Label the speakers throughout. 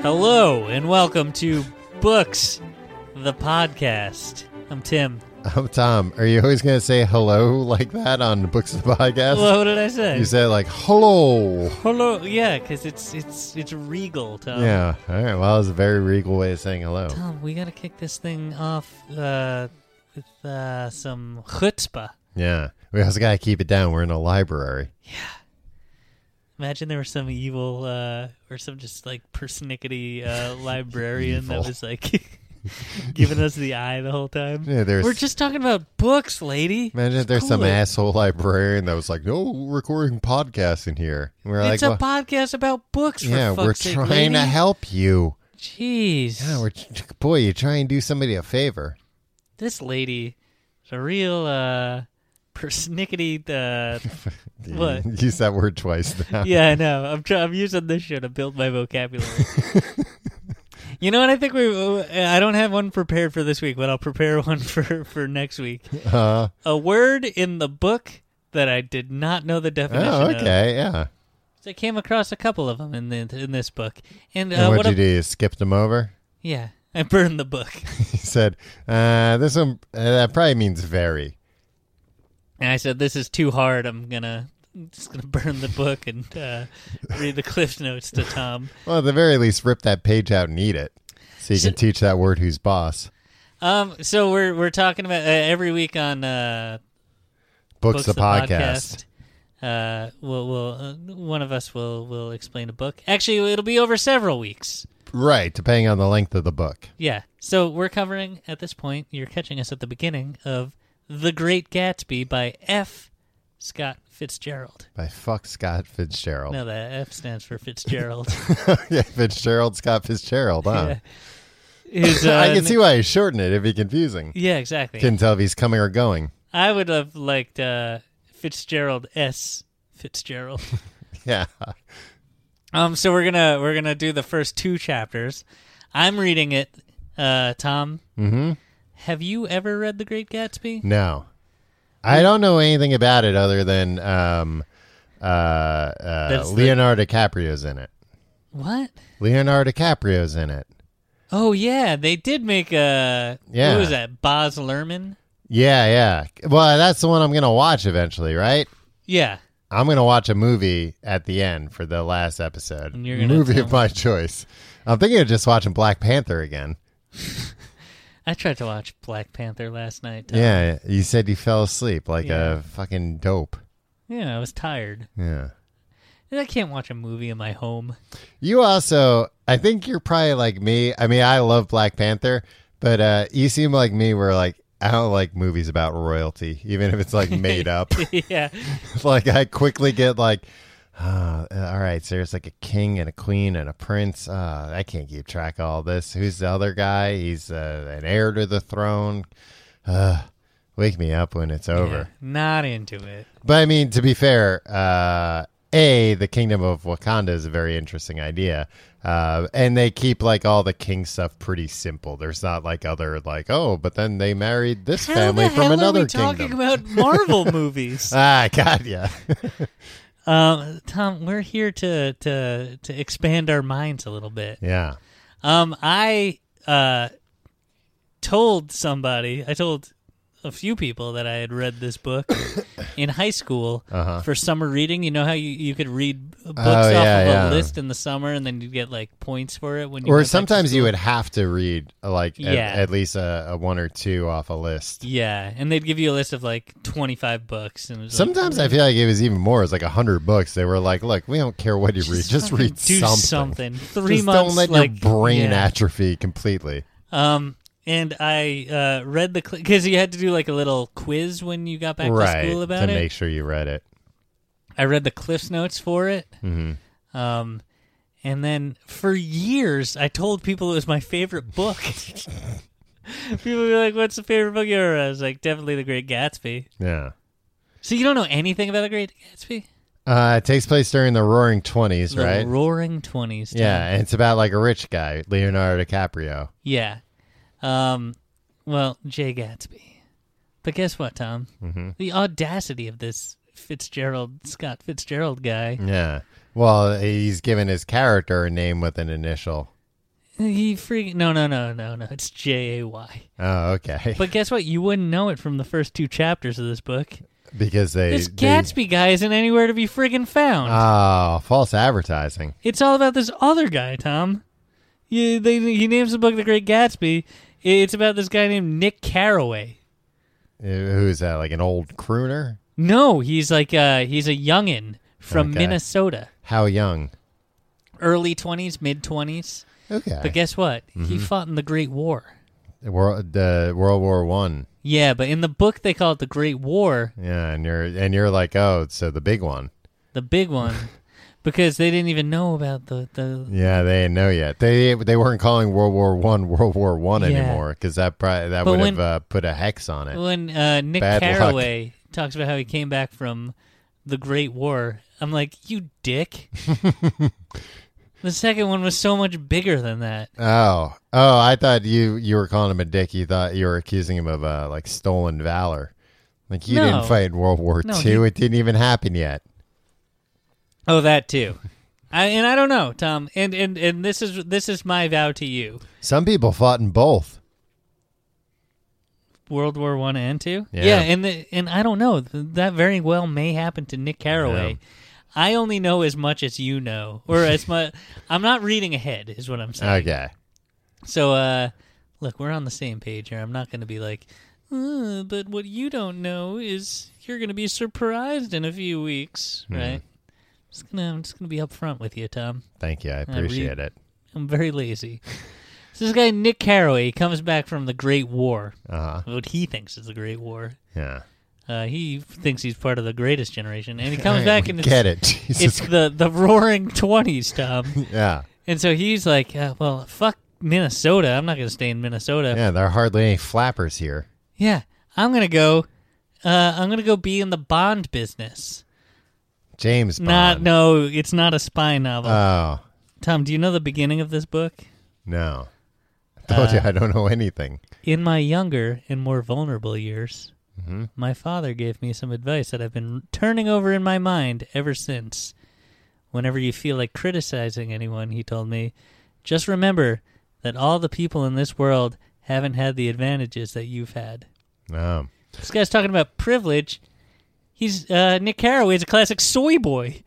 Speaker 1: Hello and welcome to Books, the podcast. I'm Tim.
Speaker 2: I'm Um, Tom. Are you always going to say hello like that on Books of the Podcast?
Speaker 1: Well, what did I say?
Speaker 2: You say like hello.
Speaker 1: Hello, yeah, because it's it's it's regal, Tom.
Speaker 2: yeah. All right. Well, that was a very regal way of saying hello.
Speaker 1: Tom, we gotta kick this thing off uh, with uh, some chutzpah.
Speaker 2: Yeah. We also got to keep it down. We're in a library.
Speaker 1: Imagine there was some evil uh, or some just like persnickety uh, librarian that
Speaker 2: Evil.
Speaker 1: was like giving us the eye the whole time.
Speaker 2: Yeah, there's-
Speaker 1: We're just talking about books, lady.
Speaker 2: Imagine if there's some
Speaker 1: Cool it.
Speaker 2: asshole librarian that was like, "No, we're recording podcasts in here." And we're
Speaker 1: it's
Speaker 2: like,
Speaker 1: a
Speaker 2: "Well,
Speaker 1: podcast about books. For
Speaker 2: "Yeah, we're
Speaker 1: fuck's sake,
Speaker 2: trying
Speaker 1: lady.
Speaker 2: to help you."
Speaker 1: Jeez.
Speaker 2: Yeah, we're boy, you try and do somebody a favor.
Speaker 1: this lady is a real uh persnickety uh What?
Speaker 2: Use that word twice now.
Speaker 1: yeah i know i'm try- i'm using this show to build my vocabulary you know what i think we uh, i don't have one prepared for this week but i'll prepare one for for next week
Speaker 2: Uh,
Speaker 1: a word in the book that i did not know the definition
Speaker 2: oh,
Speaker 1: of
Speaker 2: okay. Yeah.
Speaker 1: so i came across a couple of them in the in this book and, uh,
Speaker 2: and
Speaker 1: what
Speaker 2: what'd
Speaker 1: a-
Speaker 2: you do? You skipped them over?
Speaker 1: yeah i burned the book
Speaker 2: He said, uh, "This one uh, that probably means very."
Speaker 1: And I said, "This is too hard. I'm gonna I'm just gonna burn the book and uh, read the cliff notes to Tom."
Speaker 2: Well, at the very least, rip that page out and eat it, so you
Speaker 1: So-
Speaker 2: can teach that word who's boss.
Speaker 1: Um, so we're we're talking about uh, every week on uh,
Speaker 2: Books, the, podcast.
Speaker 1: podcast, Uh, we'll, we'll uh, one of us will will explain a book. Actually, it'll be over several weeks.
Speaker 2: right? Depending on the length of the book.
Speaker 1: Yeah. So we're covering at this point. You're catching us at the beginning of The Great Gatsby by F. Scott Fitzgerald.
Speaker 2: By fuck Scott Fitzgerald.
Speaker 1: No, that F stands for Fitzgerald.
Speaker 2: yeah, Fitzgerald Scott Fitzgerald. Huh?
Speaker 1: Yeah. His,
Speaker 2: I
Speaker 1: uh,
Speaker 2: can see why he shortened it. It'd be confusing.
Speaker 1: Yeah, exactly.
Speaker 2: Couldn't tell if he's coming or going.
Speaker 1: I would have liked uh, Fitzgerald S. Fitzgerald.
Speaker 2: Yeah,
Speaker 1: um, so we're gonna we're gonna do the first two chapters. I'm reading it. Uh, Tom, mm-hmm. have you ever read The Great Gatsby?
Speaker 2: no, I don't know anything about it other than um, uh, uh,
Speaker 1: That's the-
Speaker 2: Leonardo DiCaprio's in it.
Speaker 1: What?
Speaker 2: Leonardo DiCaprio's in it.
Speaker 1: Oh yeah, they did make a.
Speaker 2: Yeah.
Speaker 1: Who was that? Boz Lerman.
Speaker 2: Yeah, yeah. Well, that's the one I'm gonna watch eventually, right?
Speaker 1: Yeah.
Speaker 2: I'm gonna watch a movie at the end for the last episode.
Speaker 1: And you're gonna
Speaker 2: movie
Speaker 1: tell
Speaker 2: of my choice. I'm thinking of just watching Black Panther again.
Speaker 1: I tried to watch Black Panther last night. Tom.
Speaker 2: Yeah, you said you fell asleep like
Speaker 1: Yeah.
Speaker 2: a fucking dope.
Speaker 1: Yeah, I was tired.
Speaker 2: Yeah.
Speaker 1: I can't watch a movie in my home.
Speaker 2: You also, I think you're probably like me. I mean, I love Black Panther, but uh, you seem like me. Where like I don't like movies about royalty, even if it's like made up.
Speaker 1: yeah.
Speaker 2: like I quickly get like, ah, all right, so there's like a king and a queen and a prince. Ah, I can't keep track of all this. Who's the other guy? He's uh, an heir to the throne. Uh, wake me up when it's over.
Speaker 1: yeah. Not into it.
Speaker 2: But I mean, to be fair, uh, a the kingdom of Wakanda is a very interesting idea, uh, and they keep like all the king stuff pretty simple. There's not like other like oh, but then they married this
Speaker 1: How
Speaker 2: family
Speaker 1: the hell
Speaker 2: from another
Speaker 1: are we talking
Speaker 2: kingdom.
Speaker 1: about Marvel movies?
Speaker 2: ah, God, yeah.
Speaker 1: Um, Tom, we're here to to to expand our minds a little bit.
Speaker 2: yeah.
Speaker 1: Um, I uh told somebody, I told a few people that I had read this book in high school for summer reading. You know how you, you could read books off
Speaker 2: Uh-huh. Oh, yeah,
Speaker 1: of a
Speaker 2: yeah.
Speaker 1: list in the summer, and then you get like points for it when you
Speaker 2: or
Speaker 1: went back to
Speaker 2: sometimes you
Speaker 1: school?
Speaker 2: would have to read uh, like a-
Speaker 1: Yeah.
Speaker 2: at, least a, a one or two off a list.
Speaker 1: yeah, and they'd give you a list of like twenty five books, and it was like,
Speaker 2: Sometimes I feel like it was even more. It was like hundred books. They were like, "Look, we don't care what you read. Just
Speaker 1: fucking
Speaker 2: read
Speaker 1: do
Speaker 2: something.
Speaker 1: something. Three
Speaker 2: Just
Speaker 1: months,
Speaker 2: don't let
Speaker 1: like,
Speaker 2: your brain
Speaker 1: yeah.
Speaker 2: atrophy completely."
Speaker 1: Um, and I uh, read the because you had to do like a little quiz when you got back
Speaker 2: right
Speaker 1: to school about
Speaker 2: to
Speaker 1: it.
Speaker 2: make sure you read it.
Speaker 1: I read the Cliff's Notes for it.
Speaker 2: Mm-hmm.
Speaker 1: Um, and then for years, I told people it was my favorite book. people were like, "What's the favorite book you ever?" read?" I was like, "Definitely The Great Gatsby."
Speaker 2: Yeah.
Speaker 1: So you don't know anything about The Great Gatsby?
Speaker 2: Uh, it takes place during the Roaring Twenties,
Speaker 1: The
Speaker 2: right?
Speaker 1: Roaring Twenties.
Speaker 2: yeah, and it's about like a rich guy, Leonardo DiCaprio.
Speaker 1: Yeah. Um, well, Jay Gatsby. But guess what, Tom?
Speaker 2: Mm-hmm.
Speaker 1: The audacity of this Fitzgerald, Scott Fitzgerald guy.
Speaker 2: Yeah. Well, he's given his character a name with an initial.
Speaker 1: He freaking no no no no no. It's J A Y.
Speaker 2: Oh, okay.
Speaker 1: But guess what? You wouldn't know it from the first two chapters of this book.
Speaker 2: because they
Speaker 1: This
Speaker 2: they-
Speaker 1: Gatsby guy isn't anywhere to be friggin' found.
Speaker 2: Oh, false advertising.
Speaker 1: it's all about this other guy, Tom. You, they, he names the book The Great Gatsby. It's about this guy named Nick Carraway.
Speaker 2: Uh, Who's that? Like an old crooner?
Speaker 1: No, he's like uh he's a youngin from
Speaker 2: Okay.
Speaker 1: Minnesota,
Speaker 2: How young?
Speaker 1: early twenties, mid twenties.
Speaker 2: Okay. Mm-hmm.
Speaker 1: But guess what? He fought in the Great War.
Speaker 2: World uh, World War One.
Speaker 1: Yeah, but in the book they call it the Great War,
Speaker 2: Yeah, and you're and you're like, oh, so the big one.
Speaker 1: the big one, because they didn't even know about the the.
Speaker 2: Yeah, they didn't know yet. They they weren't calling World War One World War One
Speaker 1: Yeah.
Speaker 2: anymore because that pri- that
Speaker 1: But
Speaker 2: would
Speaker 1: when-
Speaker 2: have uh, put a hex on it.
Speaker 1: When uh, Nick
Speaker 2: Bad luck.
Speaker 1: Carraway talks about how he came back from the Great War, I'm like, you dick. the second one was so much bigger than that.
Speaker 2: Oh, oh, I thought you you were calling him a dick. You thought you were accusing him of uh, like stolen valor. Like you
Speaker 1: No.
Speaker 2: didn't fight in World War
Speaker 1: No,
Speaker 2: Two.
Speaker 1: he-
Speaker 2: It didn't even happen yet.
Speaker 1: Oh, that too. I, and I don't know, Tom. And, and and this is this is my vow to you.
Speaker 2: Some people fought in both.
Speaker 1: World War One and two.
Speaker 2: Yeah.
Speaker 1: and the, and I don't know. Th- That very well may happen to Nick Carraway.
Speaker 2: Yeah.
Speaker 1: I only know as much as you know, or as much. I'm not reading ahead, is what I'm saying.
Speaker 2: Okay.
Speaker 1: So, uh, look, we're on the same page here. I'm not going to be like, "Uh, but what you don't know is you're going to be surprised in a few weeks, right? Just gonna, I'm just going to be upfront with you, Tom.
Speaker 2: Thank you. I appreciate it.
Speaker 1: I'm very lazy. so this guy Nick Carraway he comes back from the Great War,
Speaker 2: Uh-huh.
Speaker 1: what he thinks is the Great War.
Speaker 2: Yeah.
Speaker 1: Uh, he thinks he's part of the Greatest Generation, and he comes back
Speaker 2: We
Speaker 1: and it's,
Speaker 2: get it. Jesus.
Speaker 1: it's the the Roaring Twenties, Tom.
Speaker 2: yeah.
Speaker 1: and so he's like, uh, "Well, fuck Minnesota. I'm not going to stay in Minnesota. Yeah,
Speaker 2: Yeah, there are hardly any flappers here.
Speaker 1: I'm going to go. Uh, I'm going to go be in the Bond business.
Speaker 2: James
Speaker 1: Not
Speaker 2: Bond.
Speaker 1: no, it's not a spy novel.
Speaker 2: Oh,
Speaker 1: Tom, do you know the beginning of this book?
Speaker 2: no. I told
Speaker 1: Uh.
Speaker 2: you I don't know anything.
Speaker 1: In my younger and more vulnerable years, my father gave me some advice that I've been turning over in my mind ever since. Whenever you feel like criticizing anyone, he told me, just remember that all the people in this world haven't had the advantages that you've had.
Speaker 2: No.
Speaker 1: This guy's talking about privilege. He's uh, Nick Carraway's a classic soy boy.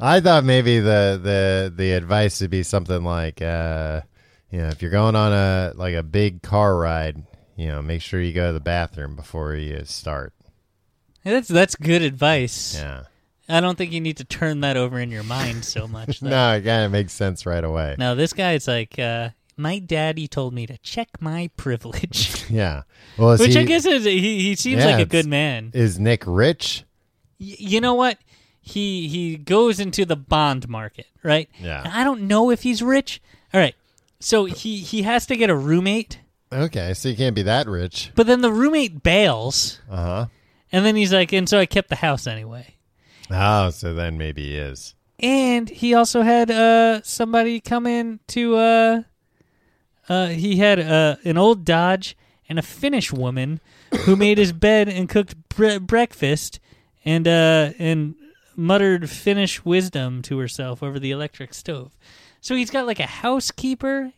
Speaker 2: I thought maybe the the the advice would be something like, uh, you know, if you're going on a like a big car ride, you know, make sure you go to the bathroom before you start.
Speaker 1: And That's that's good advice.
Speaker 2: Yeah.
Speaker 1: I don't think you need to turn that over in your mind so much. though.
Speaker 2: No, it kind of makes sense right away.
Speaker 1: Now this guy's like, uh, my daddy told me to check my privilege,
Speaker 2: Yeah. Well, is
Speaker 1: which I
Speaker 2: he-
Speaker 1: guess is he. He seems
Speaker 2: Yeah,
Speaker 1: like a
Speaker 2: it's-
Speaker 1: good man. Y-
Speaker 2: is Nick rich?
Speaker 1: you know what? He he goes into the bond market, right?
Speaker 2: Yeah.
Speaker 1: And I don't know if he's rich. All right, so he he has to get a roommate,
Speaker 2: Okay, so you can't be that rich.
Speaker 1: but then the roommate bails,
Speaker 2: Uh huh.
Speaker 1: and then he's like, and so I kept the house anyway.
Speaker 2: Oh, so then maybe he is.
Speaker 1: and he also had uh somebody come in to uh uh he had uh an old Dodge and a Finnish woman who made his bed and cooked bre- breakfast and uh and muttered Finnish wisdom to herself over the electric stove. So he's got like a housekeeper.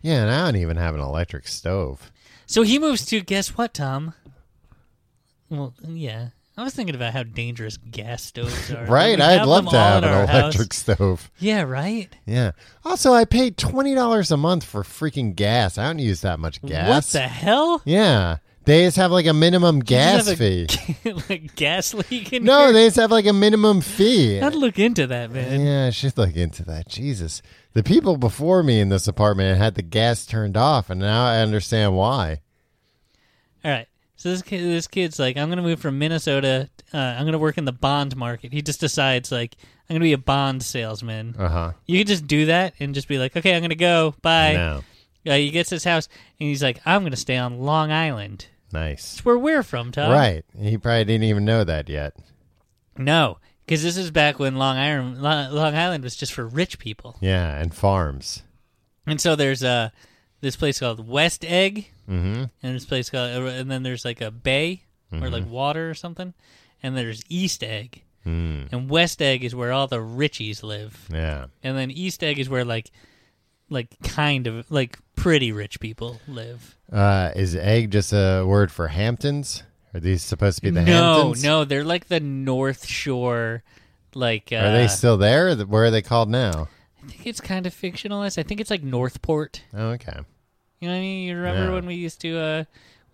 Speaker 2: Yeah, and I don't even have an electric stove.
Speaker 1: So he moves to guess what, Tom? Well, yeah. I was thinking about how dangerous gas stoves are.
Speaker 2: Right?
Speaker 1: We
Speaker 2: I'd
Speaker 1: them
Speaker 2: love to
Speaker 1: all
Speaker 2: have
Speaker 1: at
Speaker 2: an
Speaker 1: our house.
Speaker 2: electric stove.
Speaker 1: Yeah, right.
Speaker 2: Yeah. Also, I paid twenty dollars a month for freaking gas. I don't use that much gas.
Speaker 1: What the hell?
Speaker 2: Yeah, they just have like a minimum gas
Speaker 1: have
Speaker 2: fee.
Speaker 1: a- like gas leak in
Speaker 2: no,
Speaker 1: your-
Speaker 2: they just have like a minimum fee.
Speaker 1: I'd look into that, man.
Speaker 2: Yeah, I should look into that. Jesus, the people before me in this apartment had the gas turned off, and now I understand why.
Speaker 1: All right. So this kid, this kid's like, I'm gonna move from Minnesota. Uh, I'm gonna work in the bond market. He just decides like, I'm gonna be a bond salesman.
Speaker 2: Uh huh.
Speaker 1: You could just do that and just be like, okay, I'm gonna go. Bye.
Speaker 2: No,
Speaker 1: Uh, he gets his house and he's like, I'm gonna stay on Long Island.
Speaker 2: nice.
Speaker 1: It's where we're from, Tom.
Speaker 2: right. He probably didn't even know that yet.
Speaker 1: No, because this is back when Long Island, Lo- Long Island was just for rich people.
Speaker 2: Yeah, and farms.
Speaker 1: And so there's uh, this place called West Egg,
Speaker 2: Mm-hmm.
Speaker 1: and this place called, and then there's like a bay or
Speaker 2: Mm-hmm.
Speaker 1: like water or something, and there's East Egg, and West Egg is where all the richies live,
Speaker 2: Mm-hmm. Yeah.
Speaker 1: and then East Egg is where like like kind of like pretty rich people live.
Speaker 2: Uh, is egg just a word for Hamptons? Are these supposed to be the
Speaker 1: no,
Speaker 2: Hamptons?
Speaker 1: no, they're like the North Shore. Like uh,
Speaker 2: Are they still there? Or th- Where are they called now?
Speaker 1: I think it's kind of fictionalized. I think it's like Northport.
Speaker 2: Oh, okay.
Speaker 1: You know what I mean? You remember
Speaker 2: Yeah.
Speaker 1: when we used to uh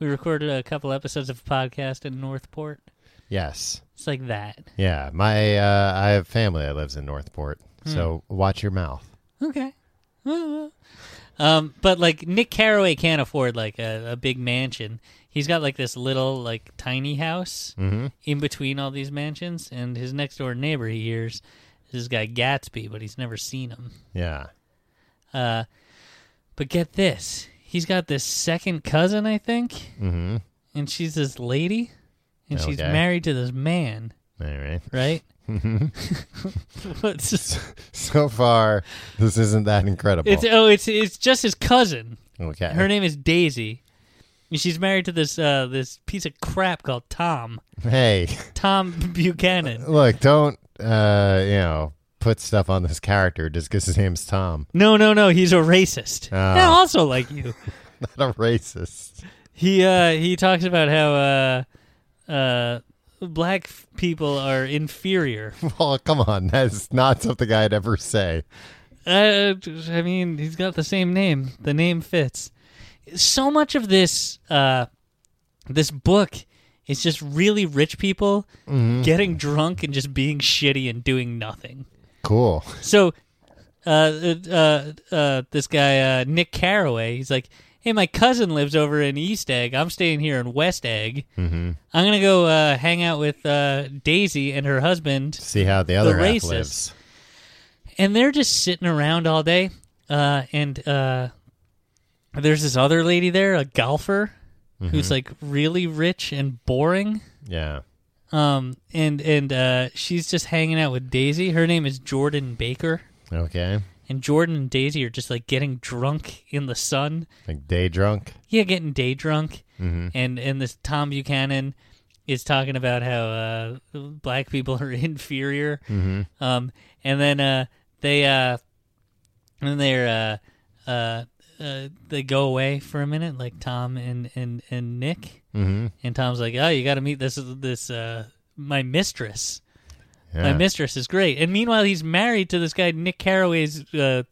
Speaker 1: we recorded a couple episodes of a podcast in Northport?
Speaker 2: Yes.
Speaker 1: It's like that.
Speaker 2: Yeah. My uh, I have family that lives in Northport,
Speaker 1: Hmm.
Speaker 2: so watch your mouth.
Speaker 1: Okay. um, but like Nick Carraway can't afford like a, a big mansion. He's got like this little like tiny house
Speaker 2: Mm-hmm.
Speaker 1: in between all these mansions, and his next door neighbor he hears is this guy Gatsby, but he's never seen him.
Speaker 2: Yeah.
Speaker 1: Uh, but get this, he's got this second cousin, I think,
Speaker 2: Mm-hmm.
Speaker 1: and she's this lady, and she's
Speaker 2: Okay.
Speaker 1: married to this man,
Speaker 2: All right.
Speaker 1: right? What's this?
Speaker 2: So far, this isn't that incredible.
Speaker 1: It's oh, it's it's just his cousin.
Speaker 2: okay.
Speaker 1: Her name is Daisy. And She's married to this uh, this piece of crap called Tom
Speaker 2: hey,
Speaker 1: Tom Buchanan.
Speaker 2: look, don't uh, you know put stuff on this character just because his name's Tom.
Speaker 1: No, no, no, he's a racist.
Speaker 2: Oh.
Speaker 1: Yeah, also like you.
Speaker 2: Not a racist.
Speaker 1: He uh, he talks about how uh, uh, black f- people are inferior.
Speaker 2: Well, come on, that's not something I'd ever say.
Speaker 1: Uh, I mean, he's got the same name. The name fits. So much of this uh, this book is just really rich people getting drunk and just being shitty and doing nothing.
Speaker 2: Cool.
Speaker 1: So, uh, uh, uh, this guy uh, Nick Carraway, he's like, "Hey, my cousin lives over in East Egg. I'm staying here in West Egg. Mm-hmm. I'm gonna go uh, hang out with uh, Daisy and her husband,
Speaker 2: See how the other half
Speaker 1: racist.
Speaker 2: lives.
Speaker 1: and they're just sitting around all day. Uh, and uh, there's this other lady there, a golfer, who's like really rich and boring."
Speaker 2: Yeah.
Speaker 1: Um and and uh, she's just hanging out with Daisy. Her name is Jordan Baker.
Speaker 2: Okay.
Speaker 1: and Jordan and Daisy are just like getting drunk in the sun.
Speaker 2: Like day drunk.
Speaker 1: Yeah, getting day drunk.
Speaker 2: Mm-hmm.
Speaker 1: And and this Tom Buchanan is talking about how uh, black people are inferior. Um, and then uh, they uh, and then they're uh, uh, uh, they go away for a minute, like Tom and and and Nick.
Speaker 2: Mm-hmm.
Speaker 1: And Tom's like, "Oh, you got to meet this this uh, my mistress."
Speaker 2: Yeah.
Speaker 1: My mistress is great. And meanwhile, he's married to this guy, Nick Carraway's uh,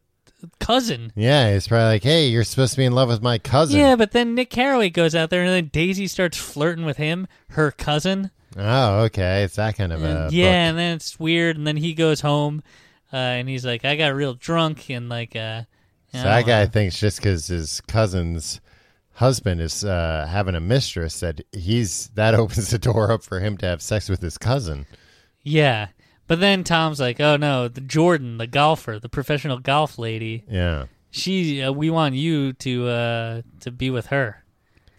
Speaker 1: cousin.
Speaker 2: yeah, he's probably like, hey, you're supposed to be in love with my cousin.
Speaker 1: Yeah, but then Nick Carraway goes out there, and then Daisy starts flirting with him, her cousin.
Speaker 2: Oh, okay. It's that kind of a.
Speaker 1: And yeah,
Speaker 2: book.
Speaker 1: and then it's weird. And then he goes home, uh, and he's like, "I got real drunk," and like, uh,
Speaker 2: So that guy
Speaker 1: Uh-huh.
Speaker 2: thinks just because his cousin's husband is uh, having a mistress that he's that opens the door up for him to have sex with his cousin.
Speaker 1: yeah. But then Tom's like, "Oh no, the Jordan, the golfer, the professional golf lady.
Speaker 2: Yeah.
Speaker 1: She, uh, we want you to uh, to be with her."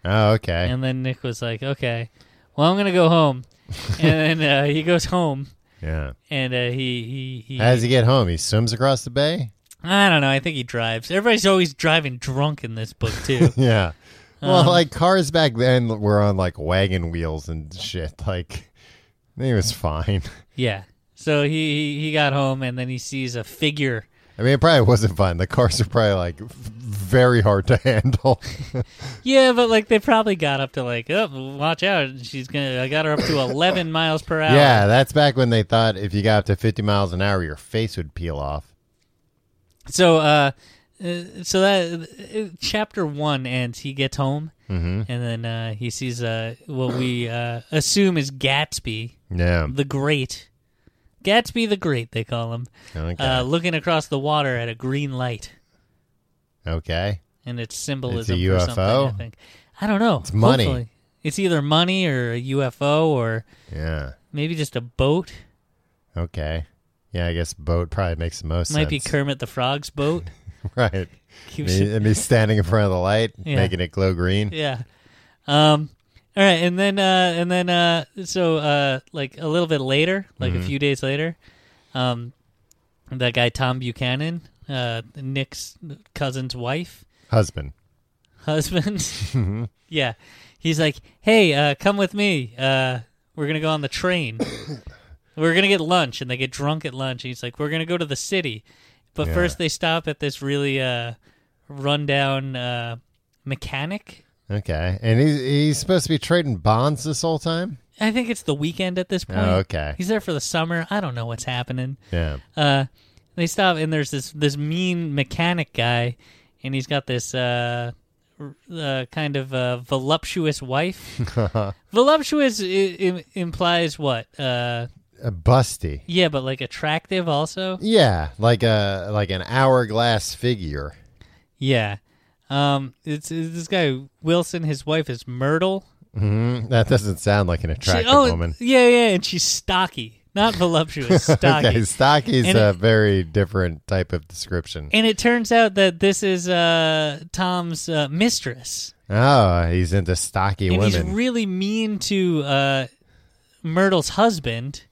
Speaker 2: Oh, okay.
Speaker 1: And then Nick was like, "Okay, well, I'm gonna go home." and then uh, he goes home,
Speaker 2: yeah.
Speaker 1: and uh, he he, he
Speaker 2: How does he get home? He swims across the bay.
Speaker 1: I don't know. I think he drives. Everybody's always driving drunk in this book too.
Speaker 2: Yeah. Well,
Speaker 1: Um,
Speaker 2: like cars back then were on like wagon wheels and shit. Like, he was fine.
Speaker 1: yeah. So he he- he got home, and then he sees a figure.
Speaker 2: I mean, it probably wasn't fun. The cars are probably like v- very hard to handle.
Speaker 1: Yeah, but like they probably got up to like, oh, watch out! She's gonna. I got her up to 11 miles per hour.
Speaker 2: yeah, that's back when they thought if you got up to 50 miles an hour, your face would peel off.
Speaker 1: So uh, uh, so that uh, chapter one ends. He gets home, and then uh, he sees uh what we uh assume is Gatsby.
Speaker 2: Yeah.
Speaker 1: the Great, Gatsby the Great, they call him,
Speaker 2: Okay.
Speaker 1: uh, looking across the water at a green light,
Speaker 2: okay.
Speaker 1: and it's symbolism
Speaker 2: It's a
Speaker 1: for
Speaker 2: UFO?
Speaker 1: something. I think I don't know. It's
Speaker 2: money.
Speaker 1: It's either money or a UFO or
Speaker 2: Yeah.
Speaker 1: maybe just a boat.
Speaker 2: Okay. Yeah, I guess boat probably makes the most
Speaker 1: Might be
Speaker 2: sense.
Speaker 1: Kermit the Frog's boat.
Speaker 2: right.
Speaker 1: Keeps-
Speaker 2: Me, and me standing in front of the light,
Speaker 1: Yeah.
Speaker 2: making it glow green.
Speaker 1: yeah. Um. All right, and then uh, and then uh, so uh, like a little bit later, like
Speaker 2: Mm-hmm.
Speaker 1: a few days later, um, that guy Tom Buchanan, uh, Nick's cousin's wife,
Speaker 2: Husband.
Speaker 1: husband. yeah. He's like, hey, uh, come with me. Uh, we're going to go on the train. we're going to get lunch. And they get drunk at lunch. And he's like, we're going to go to the city. But
Speaker 2: Yeah.
Speaker 1: first, they stop at this really uh, rundown uh, mechanic.
Speaker 2: Okay. And he's, he's supposed to be trading bonds this whole time?
Speaker 1: I think it's the weekend at this point.
Speaker 2: Oh, okay.
Speaker 1: He's there for the summer. I don't know what's happening.
Speaker 2: Yeah.
Speaker 1: Uh, they stop and there's this this mean mechanic guy, and he's got this uh, r- uh kind of uh, voluptuous wife. voluptuous I- Im- implies what? Uh,
Speaker 2: A busty.
Speaker 1: yeah, but like attractive also.
Speaker 2: Yeah, like a like an hourglass figure.
Speaker 1: Yeah. Um, it's, it's this guy Wilson. His wife is Myrtle.
Speaker 2: hmm That doesn't sound like an
Speaker 1: She-
Speaker 2: attractive
Speaker 1: oh,
Speaker 2: woman.
Speaker 1: yeah, yeah, and she's stocky, not voluptuous, stocky.
Speaker 2: Okay, stocky's
Speaker 1: And
Speaker 2: a
Speaker 1: it-
Speaker 2: very different type of description.
Speaker 1: And it turns out that this is uh, Tom's uh, mistress,
Speaker 2: oh, he's into stocky
Speaker 1: and he's
Speaker 2: women.
Speaker 1: really mean to uh, Myrtle's husband.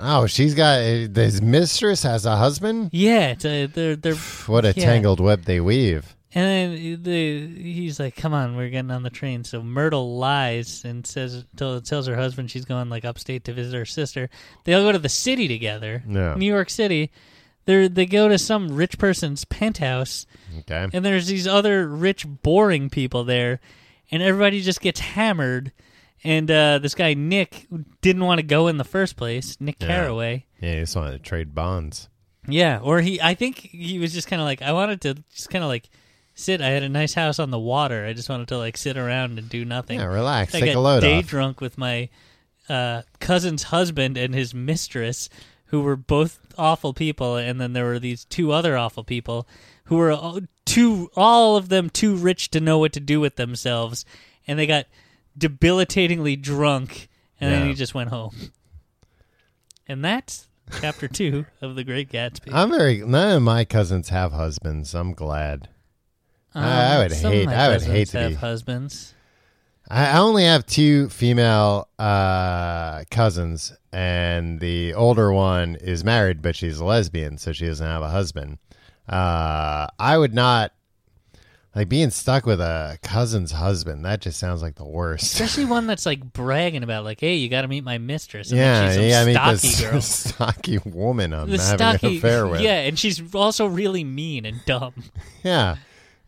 Speaker 2: oh, she's got his mistress has a husband.
Speaker 1: Yeah, it's, uh, they're they're,
Speaker 2: What a
Speaker 1: Yeah.
Speaker 2: tangled web they weave.
Speaker 1: and then the, he's like, "Come on, we're getting on the train." So Myrtle lies and says tell, tells her husband she's going like upstate to visit her sister. They all go to the city together,
Speaker 2: Yeah.
Speaker 1: New York City. They they go to some rich person's penthouse.
Speaker 2: Okay.
Speaker 1: and there's these other rich, boring people there, and everybody just gets hammered. And uh, this guy Nick didn't want to go in the first place. Nick
Speaker 2: Yeah.
Speaker 1: Carraway,
Speaker 2: Yeah, he just wanted to trade bonds.
Speaker 1: yeah, or he. I think he was just kind of like, I wanted to just kind of like sit. I had a nice house on the water. I just wanted to like sit around and do nothing.
Speaker 2: Yeah, relax.
Speaker 1: I
Speaker 2: Take
Speaker 1: got
Speaker 2: a load
Speaker 1: day
Speaker 2: off.
Speaker 1: drunk with my uh, cousin's husband and his mistress, who were both awful people, and then there were these two other awful people who were all- too all of them too rich to know what to do with themselves, and they got debilitatingly drunk, and then
Speaker 2: Yeah.
Speaker 1: he just went home. And that's chapter two of The Great Gatsby.
Speaker 2: I'm very. None of my cousins have husbands. I'm glad. I- I would
Speaker 1: Um, some of
Speaker 2: hate-
Speaker 1: my
Speaker 2: I would
Speaker 1: cousins
Speaker 2: hate to
Speaker 1: have
Speaker 2: be-
Speaker 1: husbands.
Speaker 2: I I only have two female uh, cousins, and the older one is married, but she's a lesbian, so she doesn't have a husband. Uh, I would not like being stuck with a cousin's husband. That just sounds like the worst.
Speaker 1: Especially one that's like bragging about, like, "Hey, you got to meet my mistress." And then
Speaker 2: yeah,
Speaker 1: she's some
Speaker 2: yeah. I mean, the
Speaker 1: stocky girl.
Speaker 2: stocky woman I'm
Speaker 1: the
Speaker 2: having
Speaker 1: stocky,
Speaker 2: an affair with.
Speaker 1: yeah, and she's also really mean and dumb.
Speaker 2: yeah.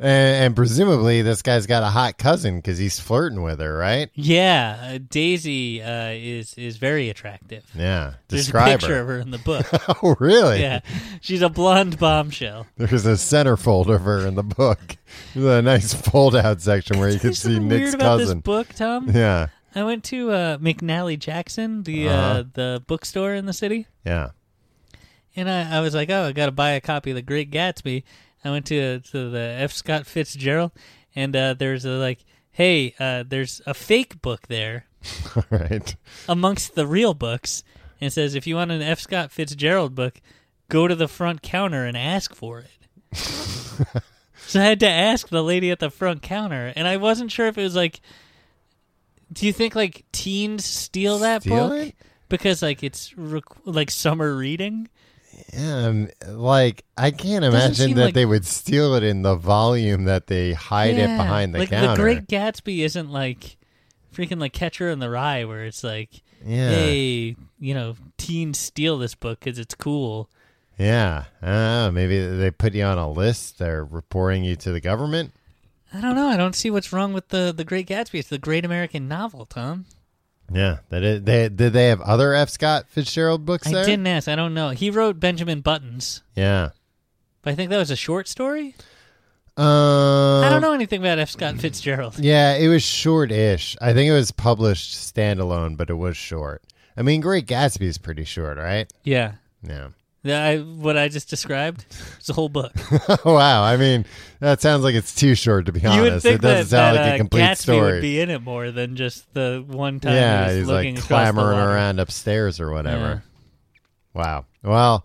Speaker 2: And, and presumably, this guy's got a hot cousin because he's flirting with her, right?
Speaker 1: Yeah, uh, Daisy uh, is is very attractive.
Speaker 2: Yeah.
Speaker 1: There's a
Speaker 2: Describe
Speaker 1: picture
Speaker 2: her.
Speaker 1: of her in the book.
Speaker 2: Oh, really?
Speaker 1: yeah, she's a blonde bombshell.
Speaker 2: There's a centerfold of her in the book. There's a nice fold out section where you can
Speaker 1: There's
Speaker 2: see
Speaker 1: something
Speaker 2: Nick's
Speaker 1: weird about this
Speaker 2: cousin.
Speaker 1: book, Tom.
Speaker 2: Yeah.
Speaker 1: I went to uh, McNally Jackson, the uh
Speaker 2: Uh-huh.
Speaker 1: the bookstore in the city,
Speaker 2: Yeah.
Speaker 1: and I, I was like, oh, I got to buy a copy of The Great Gatsby. I went to to the F. Scott Fitzgerald, and uh, there's a like, hey, uh, there's a fake book there
Speaker 2: All right.
Speaker 1: amongst the real books and says, if you want an F. Scott Fitzgerald book, go to the front counter and ask for it. so I had to ask the lady at the front counter, and I wasn't sure if it was like, do you think like teens steal that
Speaker 2: Steal
Speaker 1: book?
Speaker 2: it?
Speaker 1: Because like it's requ like summer reading.
Speaker 2: Yeah, um, like I can't
Speaker 1: Doesn't
Speaker 2: imagine
Speaker 1: seem
Speaker 2: that
Speaker 1: like-
Speaker 2: they would steal it in the volume that they hide it
Speaker 1: Yeah.
Speaker 2: behind the
Speaker 1: like,
Speaker 2: counter.
Speaker 1: The Great Gatsby isn't like freaking like Catcher in the Rye, where it's like,
Speaker 2: yeah,
Speaker 1: hey, you know, teens steal this book because it's cool.
Speaker 2: yeah. Uh, maybe they put you on a list. They're reporting you to the government.
Speaker 1: I don't know. I don't see what's wrong with the the Great Gatsby. It's the great American novel, Tom.
Speaker 2: Yeah, that is, they did. They have other F. Scott Fitzgerald books there.
Speaker 1: I didn't ask. I don't know. He wrote Benjamin Buttons,
Speaker 2: Yeah.
Speaker 1: but I think that was a short story.
Speaker 2: Um,
Speaker 1: I don't know anything about F. Scott Fitzgerald.
Speaker 2: Yeah, it was short-ish. I think it was published standalone, but it was short. I mean, Great Gatsby is pretty short, right?
Speaker 1: Yeah,
Speaker 2: Yeah.
Speaker 1: The- I, what I just described is a whole book.
Speaker 2: wow. I mean, that sounds like it's too short to be honest.
Speaker 1: you would think
Speaker 2: it doesn't
Speaker 1: that,
Speaker 2: sound
Speaker 1: that,
Speaker 2: like
Speaker 1: uh,
Speaker 2: a complete
Speaker 1: Gatsby
Speaker 2: story.
Speaker 1: would be in it more than just the one time.
Speaker 2: yeah,
Speaker 1: he was
Speaker 2: he's
Speaker 1: looking
Speaker 2: like
Speaker 1: across the
Speaker 2: clambering
Speaker 1: water.
Speaker 2: around upstairs or whatever. Wow. Well,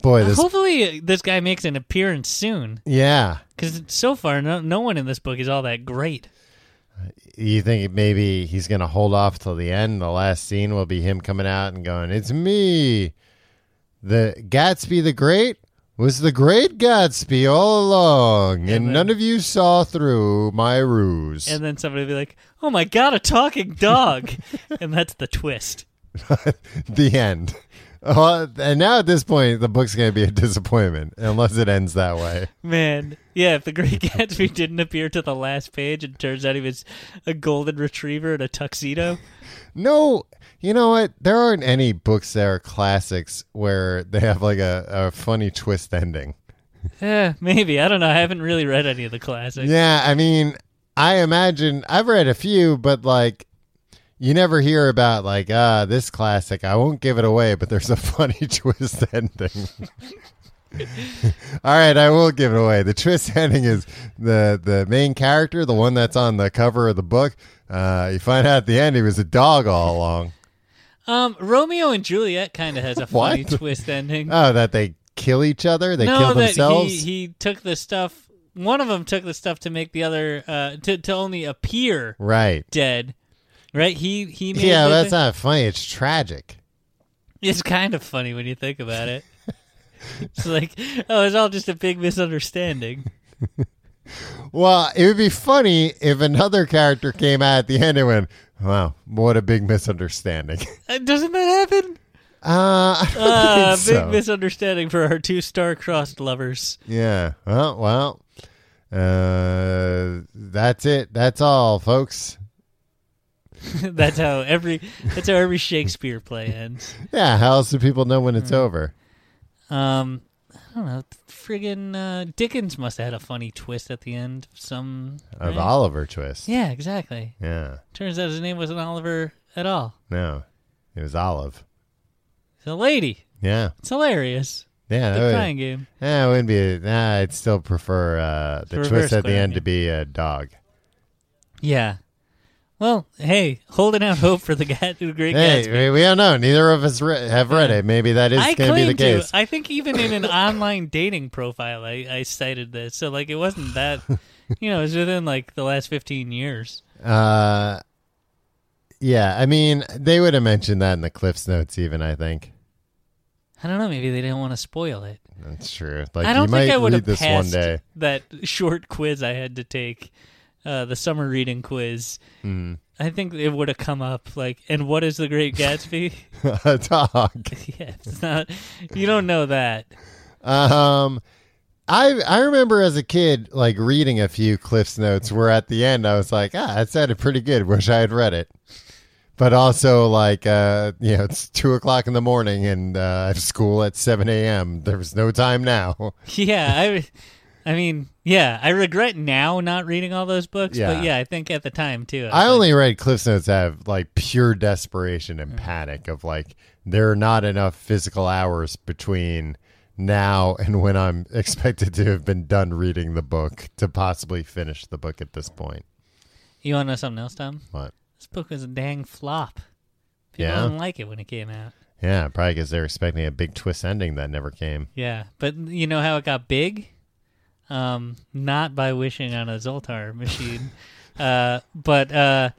Speaker 2: boy,
Speaker 1: Uh,
Speaker 2: this.
Speaker 1: Hopefully, this guy makes an appearance soon,
Speaker 2: yeah.
Speaker 1: because so far, no, no one in this book is all that great.
Speaker 2: You think maybe he's gonna hold off till the end? The last scene will be him coming out and going, "It's me, the Gatsby the Great." Was the great Gatsby all along, and,
Speaker 1: then-
Speaker 2: none of you saw through my ruse.
Speaker 1: And then somebody would be like, "Oh my god, a talking dog!" and that's the twist.
Speaker 2: the end. Well, and now at this point, the book's going to be a disappointment unless it ends that way.
Speaker 1: Man, yeah, if the Great Gatsby didn't appear to the last page and turns out he was a golden retriever in a tuxedo,
Speaker 2: No, you know what? There aren't any books that are classics where they have like a, a funny twist ending.
Speaker 1: eh, maybe. I don't know. I haven't really read any of the classics.
Speaker 2: Yeah, I mean, I imagine I've read a few, but like you never hear about like ah this classic. I won't give it away, but there's a funny twist ending. All right, I will give it away. The twist ending is the the main character, the one that's on the cover of the book. Uh, you find out at the end he was a dog all along.
Speaker 1: Um, Romeo and Juliet kind of has a funny
Speaker 2: What?
Speaker 1: twist ending.
Speaker 2: Oh, that they kill each other. They
Speaker 1: no,
Speaker 2: kill
Speaker 1: that
Speaker 2: themselves.
Speaker 1: he he took the stuff. One of them took the stuff to make the other uh, to to only appear
Speaker 2: right.
Speaker 1: dead. Right? He he. Made
Speaker 2: Yeah,
Speaker 1: the
Speaker 2: that's
Speaker 1: thing-
Speaker 2: not funny. It's tragic.
Speaker 1: It's kind of funny when you think about it. it's like, oh, it's all just a big misunderstanding.
Speaker 2: Well, it would be funny if another character came out at the end and went, "Wow, what a big misunderstanding."
Speaker 1: Uh, Doesn't that happen?
Speaker 2: Uh, I don't
Speaker 1: Uh,
Speaker 2: think so.
Speaker 1: Big misunderstanding for our two star-crossed lovers.
Speaker 2: yeah. Well, well. Uh, that's it. That's all, folks.
Speaker 1: that's how every that's how every Shakespeare play ends.
Speaker 2: Yeah. How else do people know when it's
Speaker 1: Mm-hmm.
Speaker 2: over?
Speaker 1: Um, I don't know. Friggin' uh, Dickens must have had a funny twist at the end. of Some
Speaker 2: Of
Speaker 1: right?
Speaker 2: Oliver Twist.
Speaker 1: Yeah, exactly.
Speaker 2: Yeah.
Speaker 1: Turns out his name wasn't Oliver at all.
Speaker 2: No, it was Olive.
Speaker 1: It's a lady.
Speaker 2: Yeah.
Speaker 1: It's hilarious.
Speaker 2: Oh, Yeah.
Speaker 1: The
Speaker 2: that would-
Speaker 1: crying game.
Speaker 2: Yeah, it wouldn't be. Nah, I'd still prefer uh, the
Speaker 1: reverse
Speaker 2: twist at the
Speaker 1: clown,
Speaker 2: end
Speaker 1: yeah.
Speaker 2: to be a dog.
Speaker 1: Yeah. Well, hey, holding out hope for the guy who great
Speaker 2: Hey,
Speaker 1: Gatsby.
Speaker 2: we, we don't know. Neither of us re- have read it. Maybe that is
Speaker 1: I
Speaker 2: going to be the
Speaker 1: claimed to.
Speaker 2: case.
Speaker 1: I think even in an online dating profile, I, I cited this. So like, it wasn't that. You know, it was within like the last fifteen years.
Speaker 2: Uh, yeah, I mean, they would have mentioned that in the Cliff's notes, even. I think
Speaker 1: I don't know. Maybe they didn't want to spoil it.
Speaker 2: that's true. Like,
Speaker 1: I don't
Speaker 2: you might
Speaker 1: think I would
Speaker 2: read
Speaker 1: have
Speaker 2: this
Speaker 1: passed
Speaker 2: one day.
Speaker 1: that short quiz I had to take, uh, the summer reading quiz.
Speaker 2: Hmm.
Speaker 1: I think it would have come up like, and what is the Great Gatsby?
Speaker 2: a dog.
Speaker 1: yeah, it's not. You don't know that.
Speaker 2: Um, I I remember as a kid, like reading a few Cliff's notes. Where at the end, I was like, ah, that sounded pretty good. Wish I had read it. But also, like, uh, you know, it's two o'clock in the morning, and uh, I have school at seven a.m. There was no time now.
Speaker 1: Yeah, I. I mean, yeah, I regret now not reading all those books,
Speaker 2: Yeah.
Speaker 1: but yeah, I think at the time too.
Speaker 2: I
Speaker 1: was like,
Speaker 2: only read Cliff's notes out of like pure desperation and panic of like there are not enough physical hours between now and when I'm expected to have been done reading the book to possibly finish the book at this point.
Speaker 1: You want to know something else, Tom?
Speaker 2: But
Speaker 1: This book was a dang flop. People
Speaker 2: Yeah?
Speaker 1: didn't like it when it came out.
Speaker 2: Yeah, probably because they're expecting a big twist ending that never came.
Speaker 1: Yeah, but you know how it got big? Um, not by wishing on a Zoltar machine, uh, but uh,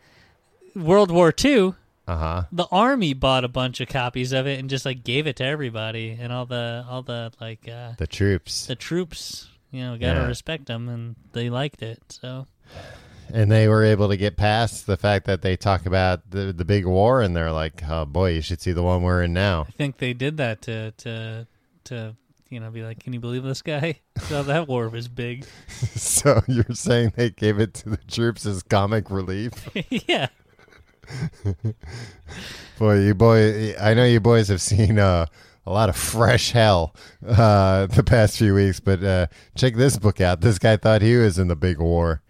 Speaker 1: World War II.
Speaker 2: Uh huh.
Speaker 1: The army bought a bunch of copies of it and just like gave it to everybody, and all the all the like uh,
Speaker 2: The troops,
Speaker 1: the troops, you know, gotta
Speaker 2: Yeah.
Speaker 1: respect them, and they liked it. So
Speaker 2: and they were able to get past the fact that they talk about the the big war, and they're like, "Oh boy, you should see the one we're in now."
Speaker 1: I think they did that to to to you know be like, can you believe this guy? So that war was big.
Speaker 2: so you're saying they gave it to the troops as comic relief?
Speaker 1: yeah.
Speaker 2: boy, you boy, I know you boys have seen uh, a lot of fresh hell uh, the past few weeks, but uh, check this book out. This guy thought he was in the big war.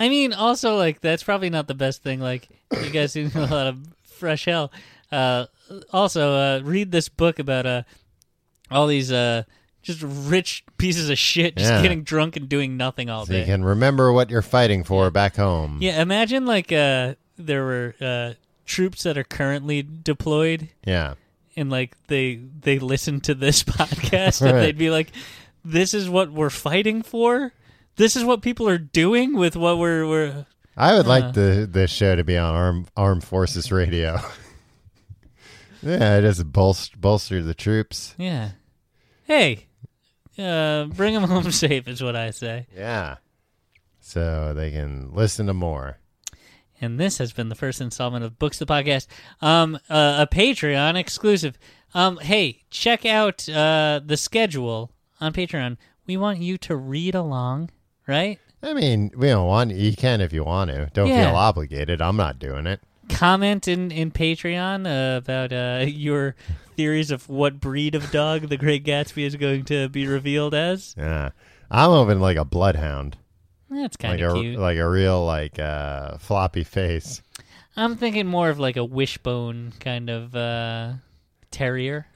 Speaker 1: I mean, also like that's probably not the best thing. Like you guys seen a lot of fresh hell. Uh, also, uh, read this book about uh, all these uh, just rich pieces of shit just
Speaker 2: Yeah.
Speaker 1: getting drunk and doing nothing all
Speaker 2: So you
Speaker 1: day.
Speaker 2: can remember what you're fighting for back home.
Speaker 1: yeah, imagine like uh, there were uh, troops that are currently deployed,
Speaker 2: yeah.
Speaker 1: and like they they listen to this podcast,
Speaker 2: Right.
Speaker 1: and they'd be like, "This is what we're fighting for. This is what people are doing with what we're we're."
Speaker 2: I would
Speaker 1: Uh.
Speaker 2: like the this show to be on Arm Armed Forces Radio. yeah, just bolster bolster the troops.
Speaker 1: Yeah. Hey, uh, bring them home safe is what I say.
Speaker 2: Yeah, so they can listen to more.
Speaker 1: And this has been the first installment of Books the Podcast, um, uh, a Patreon exclusive. Um, hey, check out uh, the schedule on Patreon. We want you to read along, right?
Speaker 2: I mean, we don't want you can if you want to. Don't
Speaker 1: Yeah.
Speaker 2: feel obligated. I'm not doing it.
Speaker 1: Comment in in Patreon uh, about uh, your theories of what breed of dog the Great Gatsby is going to be revealed as.
Speaker 2: Yeah. I'm hoping like a bloodhound,
Speaker 1: That's
Speaker 2: like
Speaker 1: kind
Speaker 2: a
Speaker 1: of cute.
Speaker 2: like a real like uh, floppy face.
Speaker 1: I'm thinking more of like a wishbone kind of uh, terrier.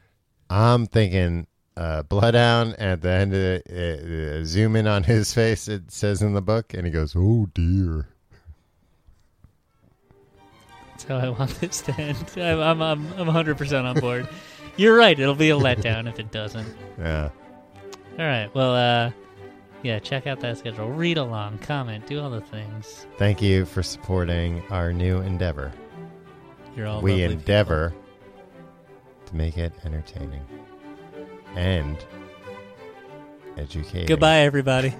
Speaker 2: I'm thinking uh, bloodhound. and At the end of the, uh, uh, zoom in on his face. It says in the book, and he goes, "Oh dear."
Speaker 1: That's how I want this to end. I'm I'm I'm, I'm 100% on board. You're right. It'll be a letdown if it doesn't.
Speaker 2: Yeah.
Speaker 1: All right. Well, uh, yeah, check out that schedule. Read along, comment, do all the things.
Speaker 2: Thank you for supporting our new endeavor.
Speaker 1: You're all
Speaker 2: we
Speaker 1: lovely
Speaker 2: endeavor to make it entertaining and educating.
Speaker 1: people. Goodbye, everybody.